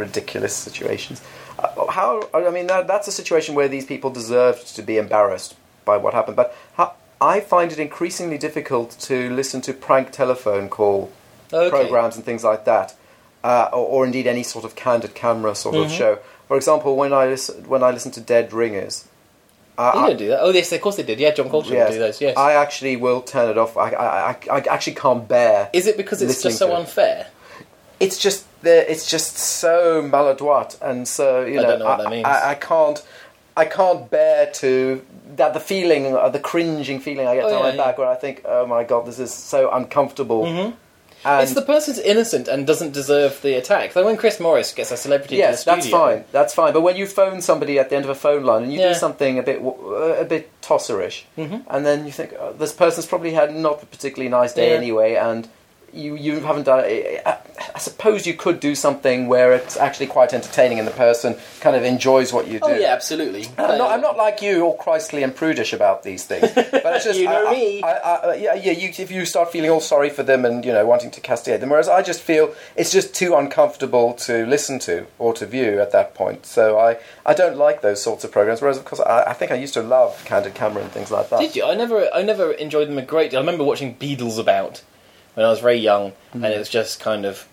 ridiculous situations. Uh, How I mean that, that's a situation where these people deserved to be embarrassed by what happened. But how, I find it increasingly difficult to listen to prank telephone call Okay. programs and things like that, uh, or, or indeed any sort of candid camera sort Mm-hmm. of show. For example, when I lis- when I listen to Dead Ringers, uh, They I- didn't do that. Oh, yes, of course they did. Yeah, John Coltrane would Yes. do those. Yes. I actually will turn it off. I, I, I, I actually can't bear. is it because it's listening just so to it. unfair? It's just the, it's just so maladroit, and so you I know, don't know what that means. I, I can't. I can't bear to that the feeling, uh, the cringing feeling I get Oh, down yeah, Mm-hmm. my back, where I think, "Oh my god, this is so uncomfortable." And it's the person's innocent and doesn't deserve the attack. Like when Chris Morris gets a celebrity, to yes, the that's studio, fine, that's fine. But when you phone somebody at the end of a phone line and you Yeah. Mm-hmm. do something a bit, w- uh, a bit tosserish, and then you think oh, this person's probably had not a particularly nice day Yeah. anyway, and you you haven't done. I, I- I suppose you could do something where it's actually quite entertaining, and the person kind of enjoys what you do. Oh yeah, absolutely. I'm not, I'm not like you, all Christly and prudish about these things. But it's just, You know I, me. I, I, I- yeah, yeah. You, if you start feeling all sorry for them and you know wanting to castigate them, whereas I just feel it's just too uncomfortable to listen to or to view at that point. So I, I don't like those sorts of programs. Whereas of course I, I think I used to love Candid Camera and things like that. Did you? I never, I never enjoyed them a great deal. I remember watching Beatles about when I was very young, and Mm. it was just kind of,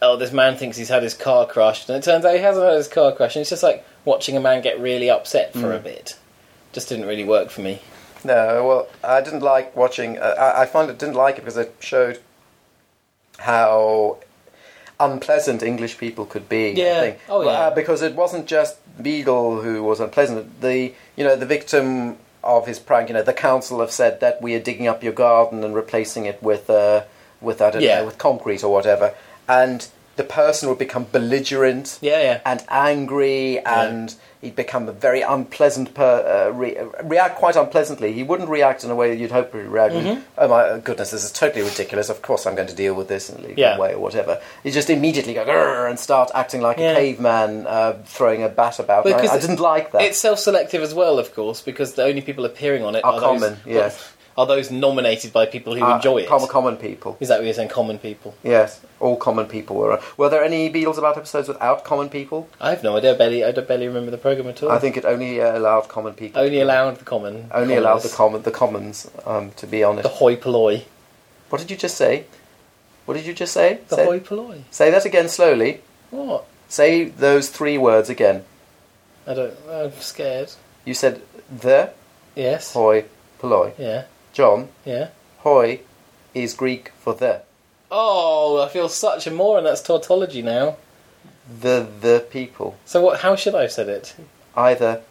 oh, this man thinks he's had his car crushed, and it turns out he hasn't had his car crushed, and it's just like watching a man get really upset Mm. for a bit. Just didn't really work for me. No, well, I didn't like watching. Uh, I, I find it didn't like it because it showed how unpleasant English people could be. Yeah. I think. Oh, yeah. Uh, because it wasn't just Beadle who was unpleasant. The you know the victim of his prank. You know the council have said that we are digging up your garden and replacing it with uh, with I don't Yeah. know with concrete or whatever. And the person would become belligerent Yeah, yeah. and angry and he'd become a very unpleasant per, uh, re- react quite unpleasantly he wouldn't react in a way that you'd hope he'd react Mm-hmm. oh my goodness this is totally ridiculous of course i'm going to deal with this and leave Yeah. it away or whatever he just immediately go "Grr," and start acting like Yeah. a caveman uh, throwing a bat about And Because I, I didn't like that uh, It's self-selective as well, of course, because the only people appearing on it Are are, common, Those, yes. Are those nominated by people who Uh, enjoy it? common, common people Is that what you're saying? Common people. yes all common people were were there any beatles about episodes without common people I have no idea. Barely, I don't barely remember the program at all. i think it only uh, allowed common people only allowed the common. only allowed the commoners. common the commons um, to be on it. The hoi polloi. What did you just say? What did you just say? The say, hoi polloi. say that again slowly. What? Say those three words again. I don't. I'm scared. You said the Yes. hoi polloi. Yeah. John, Yeah. hoi is Greek for the. Oh, I feel such a moron. That's tautology now. The the people. So what? How should I have said it? Either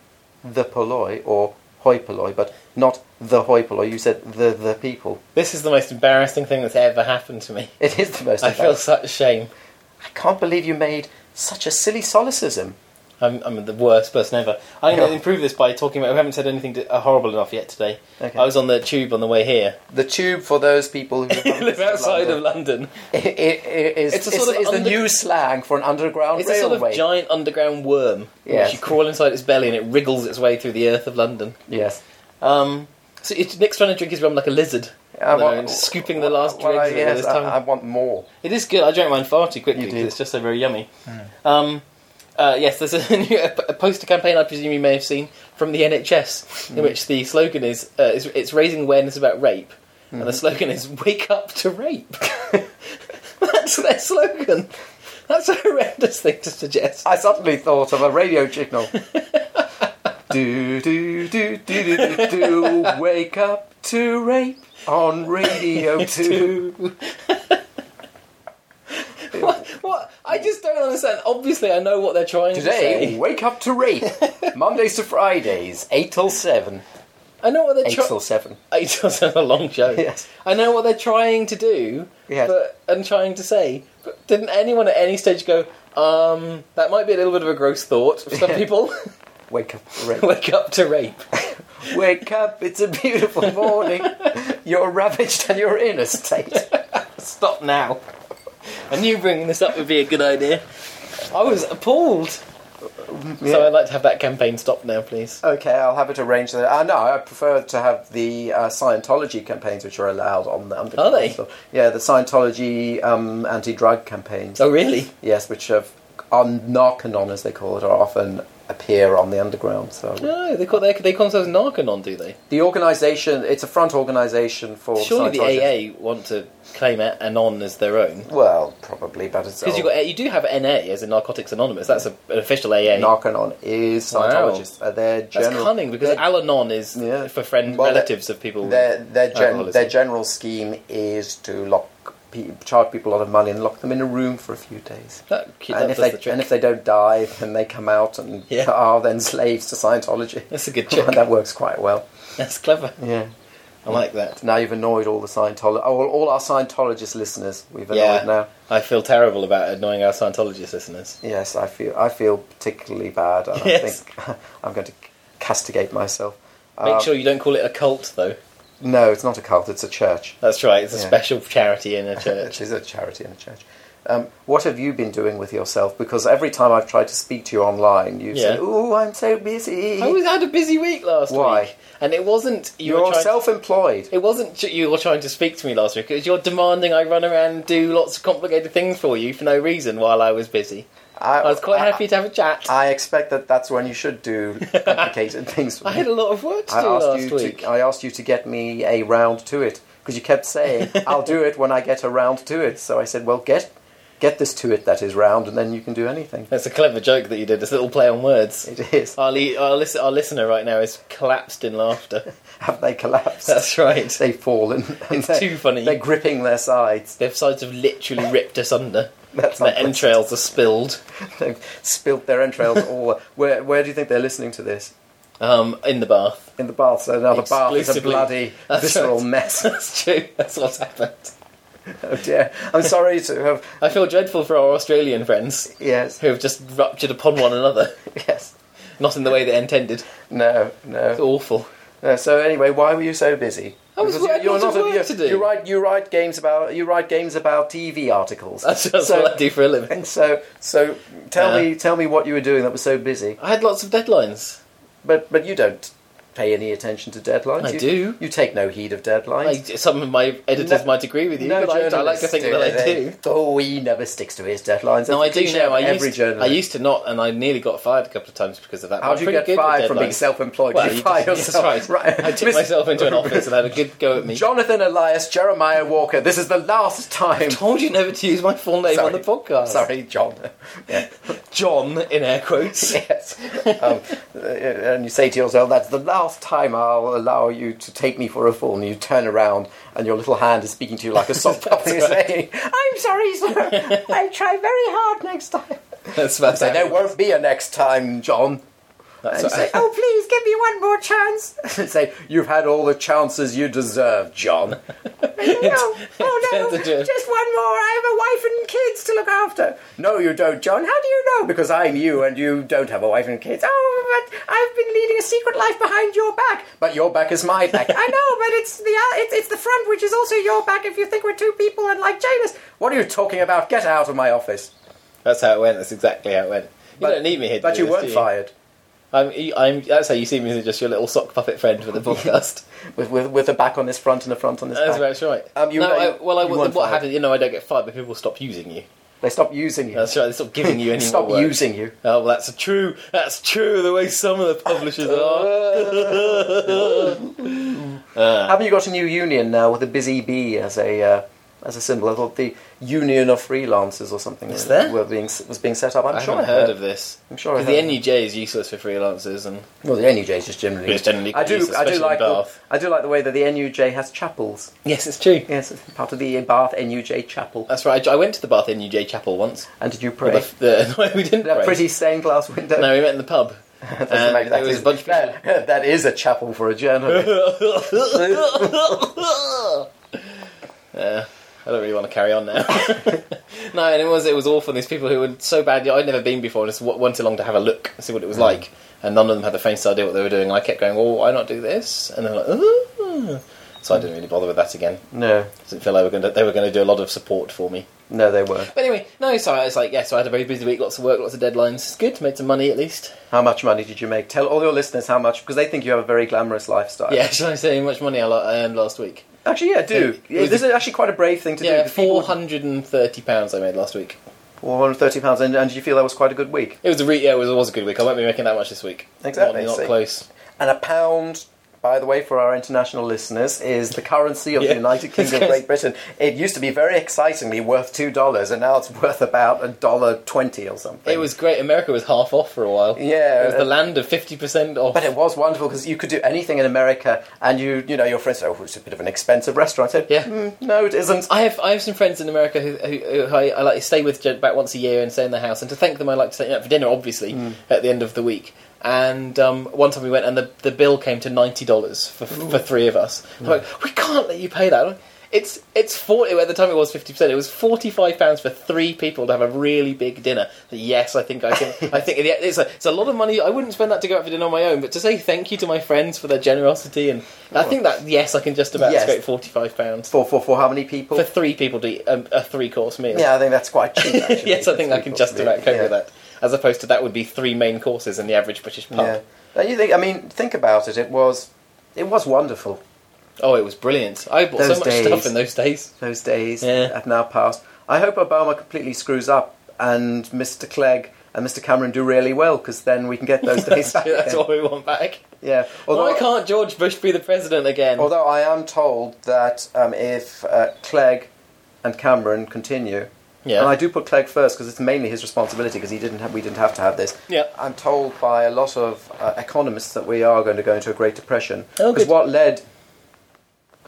the polloi or hoi polloi, but not the hoi polloi. You said the the people. This is the most embarrassing thing that's ever happened to me. It is the most. I feel embarrassing. such shame. I can't believe you made such a silly solecism. I'm, I'm the worst person ever. I'm going Yeah. to improve this by talking about. We haven't said anything to, uh, horrible enough yet today. Okay. I was on the tube on the way here. The tube for those people who I live outside of London. It, it, it is, It's a is- sort of is under- the new slang for an underground It's a railway. sort of giant underground worm. Yes. Which you crawl inside its belly and it wriggles its way through the earth of London. yes. Um, so it's, Nick's trying to drink his rum like a lizard. I at the want- moment, scooping the last Uh, well, dregs I- of it with yes, his I, tongue. I want more. It is good. I drank mine far too quickly You because did. Hmm. it's just so very yummy. Um, uh, yes, there's a new a poster campaign I presume you may have seen from the NHS, Hmm. in which the slogan is, uh, is it's raising awareness about rape, and Hmm. the slogan is "Wake up to rape." That's their slogan. That's a horrendous thing to suggest. I suddenly thought of a radio signal. do, do, do, do, do, do, do, wake up to rape on Radio 2. What? what? I just don't understand. Obviously, I know what they're trying to Today, say. wake up to rape. Mondays to Fridays, 8 till 7. I know what they're 8 trying. till 7. Eight does have a long joke. Yes. I know what they're trying to do Yes. but, and trying to say, but didn't anyone at any stage go, um, that might be a little bit of a gross thought for some Yeah. people? Wake up to rape. Wake up to rape. Wake up, it's a beautiful morning. You're ravaged and you're in a state. Stop now. I knew bringing this up would be a good idea. I was appalled. So I'd like to have that campaign stop now, please. Okay, I'll have it arranged. That uh, no, I prefer to have the uh, Scientology campaigns, which are allowed on the. On the Are they? Yeah, the Scientology um, anti-drug campaigns. Oh, really? Yes, which have, are narcanon, as they call it, are often appear on the underground. So No, they call, they, they call themselves Narcanon, do they? the organisation, it's a front organisation for Surely Scientologists. the AA want to claim a- Anon as their own. Well, probably, but it's Because you got you do have NA as in Narcotics Anonymous. That's a, an official AA. narcanon is Wow. Scientologists. Uh, they're That's general. cunning because they're- Al-Anon is Yeah. for friend Well, relatives of people. Their their, gen- alcoholism. their general scheme is to lock pe- charge people a lot of money and lock them in a room for a few days. That, cute, and that if does they the trick. and if they don't die, then they come out and Yeah. are then slaves to Scientology. That's a good trick. and that works quite well. That's clever. Yeah. I like that. Now you've annoyed all the Scientology, all, all our Scientologist listeners. We've annoyed Yeah. now. I feel terrible about annoying our Scientologist listeners. Yes, I feel I feel particularly bad. And Yes. I think I'm going to castigate myself. Make Um, sure you don't call it a cult, though. No, it's not a cult. It's a church. That's right. It's a yeah. special charity in a It church. is a charity and a church. Um, what have you been doing with yourself? Because every time I've tried to speak to you online, you've said, Yeah. "Oh, I'm so busy. I was had a busy week last Why? week, and it wasn't you were You're trying- self-employed." It wasn't ju- you were trying to speak to me last week. It was you're demanding I run around and do lots of complicated things for you for no reason while I was busy. I was quite happy to have a chat. I, I expect that that's when you should do complicated things. with me. had a lot of work to I do last you week. To, I asked you to get me a round to it because you kept saying, "I'll do it when I get around to it." So I said, "Well, get get this to it that is round, and then you can do anything." That's a clever joke that you did. This little play on words. It is. Our, le- our, lis- our listener right now is collapsed in laughter. Have they collapsed? That's right. They've fallen. and It's they're- too funny. They're gripping their sides. Their sides have literally ripped asunder. That's Their unpleasant. entrails are spilled They've spilt their entrails all. Where, where do you think they're listening to this? um, in the bath. In the bath. So now the bath is a Exclusively. bloody That's visceral right. mess. That's true. That's what's happened. Oh dear. I'm sorry to have. I feel dreadful for our Australian friends Yes. who have just ruptured upon one another, Yes. not in the way they intended. No. It's No. awful. no. So anyway, why were you so busy? I was Because working, I had a- work you, to do. you write. You write games about. You write games about TV articles. That's, that's so, what I do for a living. So so tell Uh. me tell me what you were doing that was so busy. I had lots of deadlines. But but you don't pay any attention to deadlines. I you, do. You take no heed of deadlines. I, some of my editors No- might agree with you, but I, I like to journalist think that I they? do. Oh, he never sticks to his deadlines. No, I That's a do cliche know. of I every used, I journalist. used to not, and I nearly got fired a couple of times because of that. How but do I'm you pretty get good at fired from being deadlines. self-employed? Well, you you fire just- yourself. that's right. I took Miss- myself into an office and had a good go at me. Jonathan Elias, Jeremiah Walker. This is the last time. told you never to use my full name on the podcast. Sorry, John. Yeah. John in air quotes. yes. Um, uh, and you say to yourself, that's the last time I'll allow you to take me for a fool. And you turn around and your little hand is speaking to you like a soft puppet saying, I'm sorry, sir. I'll try very hard next time. That's about Say, that. there won't be a next time, John. That's And what- say, oh, please, give me one more chance. And say, you've had all the chances you deserve, John. no, oh Turns to no, John. just one more. I have a wife and kids to look after. No, you don't, John. How do you know? Because I'm you and you don't have a wife and kids. Oh, but I've been leading a secret life behind your back. But your back is my back. I know, but it's the uh, it's, it's the front which is also your back if you think we're two people and like Janus. What are you talking about? Get out of my office. That's how it went. That's exactly how it went. You don't need me here. to But do you this, weren't do fired. I'm, I'm, that's how you see me as just your little sock puppet friend for the podcast. With, with, with a back on this front and a front on this That's back. about right. Um, you- no, you- I, well, I, you what weren't fired. happened? You know, I don't get fired, but people stop using you. They stop using you. That's right. They stop giving you any more stop work. using you. Oh, well, that's true. That's true. The way some of the publishers are. Haven't you got a new union now with a busy bee as a uh, as a symbol? I thought the Union of Freelancers or something Is was- there? Were being, s- was being set up. I'm I sure Uh, haven't I heard, heard of this. I'm sure I 'Cause heard the of it. NUJ is useless for freelancers, and Well, the NUJ is just generally. It's generally I do. used, I do especially like. in The, Bath. I do like the way that the NUJ has chapels. yes, it's true. Yes, it's part of the Bath NUJ chapel. That's right. I, I went to the Bath NUJ chapel once. And did you Well, pray? The, the, no, we didn't. That pray. pretty stained glass window. No, we met in the pub. That's and amazing. That it was is- a bunch of people- no, that is a chapel for a journalist. Uh, I don't really want to carry on now. no, and it was it was awful. These people who were so badly I'd never been before, and just w- went along to have a look, and see what it was like, and none of them had the faintest idea what they were doing. And I kept going, "Well, why not do this?" And they're like, "Ugh." "So I didn't really bother with that again." no, Didn't feel they were going to they were going to do a lot of support for me. no, they were. But anyway, no, so I was like, yeah, so I had a very busy week, lots of work, lots of deadlines. It's good, made some money at least. How much money did you make? Tell all your listeners how much because they think you have a very glamorous lifestyle. Yeah, shall I say how much money I lo- I earned last week? actually, yeah, do. It was this the- is actually quite a brave thing to do. Yeah, because people four would- hundred and thirty pounds I made last week. 430 pounds, and, and you feel that was quite a good week. It was a re- yeah, it was, it was a good week. I won't be making that much this week. Exactly, not, not see. close. And a pound, by the way, for our international listeners, is the currency of Yeah. the United Kingdom of Great Britain. It used to be very excitingly worth two dollars, and now it's worth about a dollar twenty or something. It was great. America was half off for a while. Yeah, it was uh, the land of fifty percent off. But it was wonderful because you could do anything in America, and you, you know, your friends said, "Oh, it's a bit of an expensive restaurant." I said, Yeah. "Mm, no, it isn't." I have I have some friends in America who, who, who I, I like to stay with about once a year and stay in their house. And to thank them, I like to take them out for dinner, obviously, at the end of the week. And um, one time we went, and the, the bill came to ninety dollars for for three of us. I'm like, we can't let you pay that. I'm like, It's it's forty. At the time, it was fifty percent. It was forty five pounds for three people to have a really big dinner. Yes, I think I can. I think yeah, it's a, it's a lot of money. I wouldn't spend that to go out for dinner on my own, but to say thank you to my friends for their generosity, and I think that yes, I can just about Yes. scrape forty five pounds For for for how many people? for three people to eat um, a, a three course meal. yeah, I think that's quite cheap. Actually. yes, I think That's I can pretty just possible. about cope Yeah. with that. As opposed to that would be three main courses in the average British pub. Yeah. Now, you think? I mean, think about it. It was, it was wonderful. Oh, it was brilliant. I bought Those so much days. stuff in those days. Those days Yeah. have now passed. I hope Obama completely screws up and Mr. Clegg and Mr. Cameron do really well because then we can get those days back. That's again. what we want back. Yeah. Although, Why can't George Bush be the president again? although I am told that um, if uh, Clegg and Cameron continue, yeah. and I do put Clegg first because it's mainly his responsibility because he didn't have, we didn't have to have this. Yeah. I'm told by a lot of uh, economists that we are going to go into a Great Depression. Oh, Because good. what led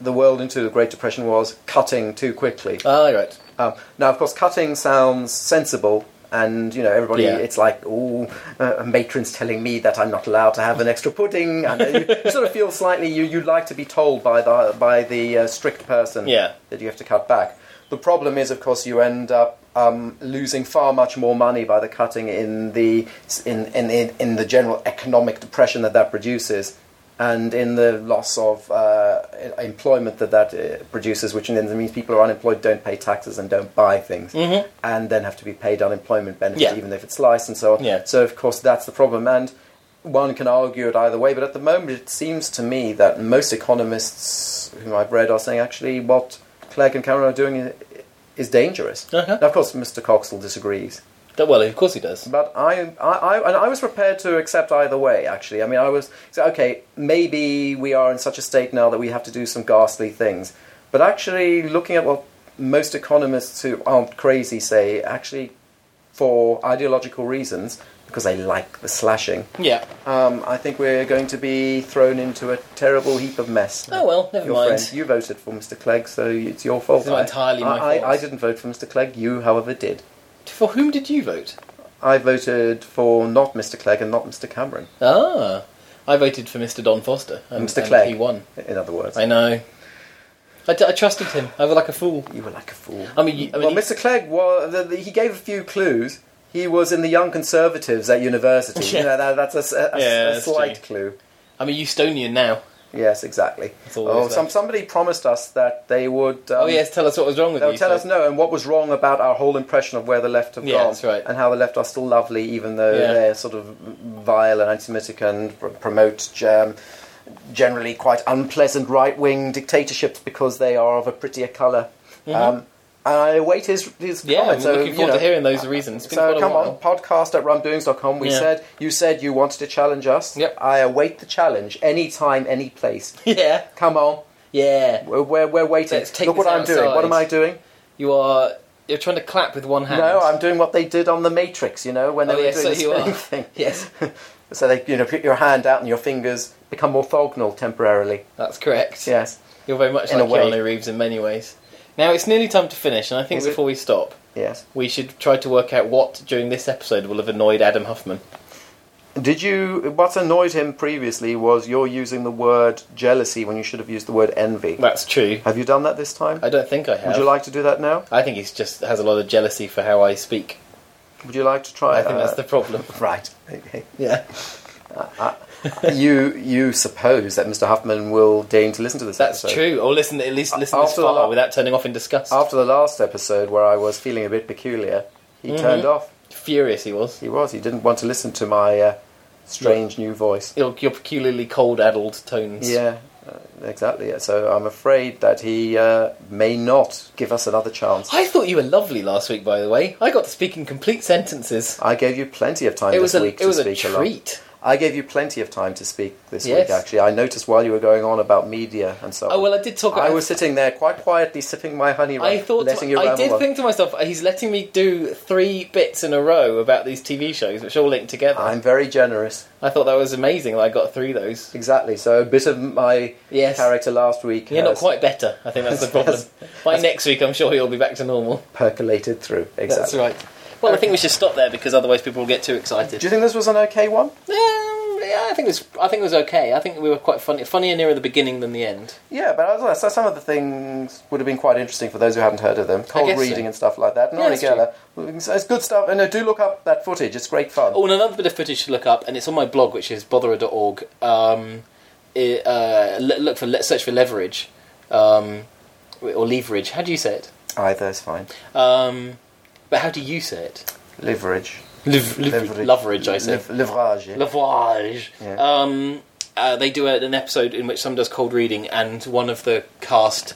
the world into the Great Depression was cutting too quickly. Ah, you're right. Um, now, of course, cutting sounds sensible, and you know everybody. Yeah. It's like, oh, uh, a matron's telling me that I'm not allowed to have an extra pudding, and uh, you, you sort of feel slightly you you like to be told by the by the uh, strict person Yeah. that you have to cut back. The problem is, of course, you end up um, losing far much more money by the cutting in the in, in in in the general economic depression that that produces, and in the loss of uh, employment that that uh, produces, which then means people are unemployed, don't pay taxes, and don't buy things, and then have to be paid unemployment benefits, Mm-hmm. Yeah. even if it's sliced and so on. Yeah. So, of course, that's the problem, and. One can argue it either way, but at the moment it seems to me that most economists whom I've read are saying actually what Clegg and Cameron are doing i- is dangerous. Uh-huh. Now, of course, Mr. Coxall disagrees, That- Well, of course he does. but I, I, I, and I was prepared to accept either way. Actually, I mean, I was so, okay. Maybe we are in such a state now that we have to do some ghastly things, but actually, looking at what most economists who aren't crazy say, actually, for ideological reasons, because they like the slashing, Yeah. um, I think we're going to be thrown into a terrible heap of mess. Oh, well, never Your mind. friend, you voted for Mr. Clegg, so it's your fault. It's not I- entirely my I, fault. I, I didn't vote for Mr. Clegg. You, however, did. For whom did you vote? I voted for not Mr. Clegg and not Mr. Cameron. Ah, I voted for Mr. Don Foster. And, Mr. and Clegg. He won. In other words, I know. I, d- I trusted him. I was like a fool. you were like a fool. I mean, you- Um, I mean well, Mr. Clegg was. The, the, he gave a few clues. He was in the Young Conservatives at university. Yeah. You know, that, that's a s- a, a s- Yeah, a that's slight clue. I mean, Houstonian now. Yes, exactly. It's always Oh, some, that. somebody promised us that they would. Um, oh yes, tell us what was wrong with They'll you. tell sir. us no, and what was wrong about our whole impression of where the left have Yeah, gone, that's right. and how the left are still lovely, even though Yeah. they're sort of vile and anti-Semitic and pr- promote um, generally quite unpleasant right-wing dictatorships because they are of a prettier color Um, and I await his, his Mm-hmm. Yeah, comments. we're so, looking you forward know, to hearing those reasons. It's been So quite a come on, while. podcast at rumdoings.com. We Yeah. said you said you wanted to challenge us. Yep. I await the challenge anytime, any place. Yeah, Come on, yeah. we're, we're, we're waiting. Let's take Look what this I'm doing. What outside. am I doing? You are you're trying to clap with one hand. No, I'm doing what they did on the Matrix, you know, when they Oh were yes, so doing the you are. spinning thing. Yes, So they, you know, put your hand out and your fingers become orthogonal temporarily. that's correct. Yes. You're very much In like a way. Keanu Reeves in many ways. Now it's nearly time to finish, and I think Is it? before we stop, Yes. we should try to work out what during this episode will have annoyed Adam Huffman. Did you? What annoyed him previously was you're using the word jealousy when you should have used the word envy. That's true. Have you done that this time? I don't think I have. Would you like to do that now? I think he's just has a lot of jealousy for how I speak. Would you like to try? I think that's uh, the problem. right. Okay. Yeah. you you suppose that Mr. Huffman will deign to listen to this? That's episode? true. Or listen, at least listen this After the far la- without turning off in disgust. After the last episode where I was feeling a bit peculiar, he turned Mm-hmm. off. Furious he was. He was. He didn't want to listen to my uh, strange new voice. Your, your peculiarly cold, addled tones. Yeah, uh, exactly. yeah. So I'm afraid that he uh, may not give us another chance. I thought you were lovely last week, by the way. I got to speak in complete sentences. I gave you plenty of time It was this a week it was to a speak lot. treat. I gave you plenty of time to speak this Yes. week. Actually, I noticed while you were going on about media and so. Oh on, well, I did talk. About, I was sitting there quite quietly sipping my honey. I rum, thought. letting you I ramble did on. think to myself, he's letting me do three bits in a row about these TV shows, which all link together. I'm very generous. I thought that was amazing. That I got through those. Exactly. So a bit of my Yes. character last week You're not has quite better. I think that's the problem. Yes. By next week, I'm sure you'll be back to normal. percolated through. Exactly. That's right. Well, I think we should stop there because otherwise people will get too excited. Do you think this was an okay one? Um, yeah, I think it was. I think it was okay. I think we were quite funny, funnier nearer the beginning than the end. Yeah, but I was honest, so some of the things would have been quite interesting for those who haven't heard of them. Cold guess so. reading and stuff like that. Yeah, Nori that's Geller. So It's good stuff. And uh, do look up that footage. It's great fun. Oh, and another bit of footage to look up, and it's on my blog, which is botherer.org. Um, it, uh, l- look for let search for leverage, um, or leverage. How do you say it? Either is fine. Um, but how do you say it? Leverage. Lev- Leverage. leverage, I say. Lev- leverage. yeah. Lavage. Yeah. Um, uh, they do a, an episode in which someone does cold reading, and one of the cast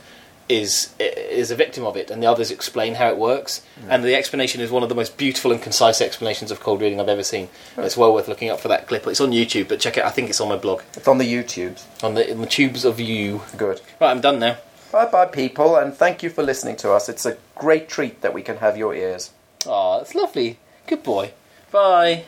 is is a victim of it, and the others explain how it works. And the explanation is one of the most beautiful and concise explanations of cold reading I've ever seen. It's well worth looking up for that clip. It's on YouTube, but check it. I think it's on my blog it's on the YouTubes. on the, in the tubes of you. Good. Right, I'm done now. Bye bye, people, and thank you for listening to us. It's a great treat that we can have your ears. Ah, it's lovely. Good boy. Bye.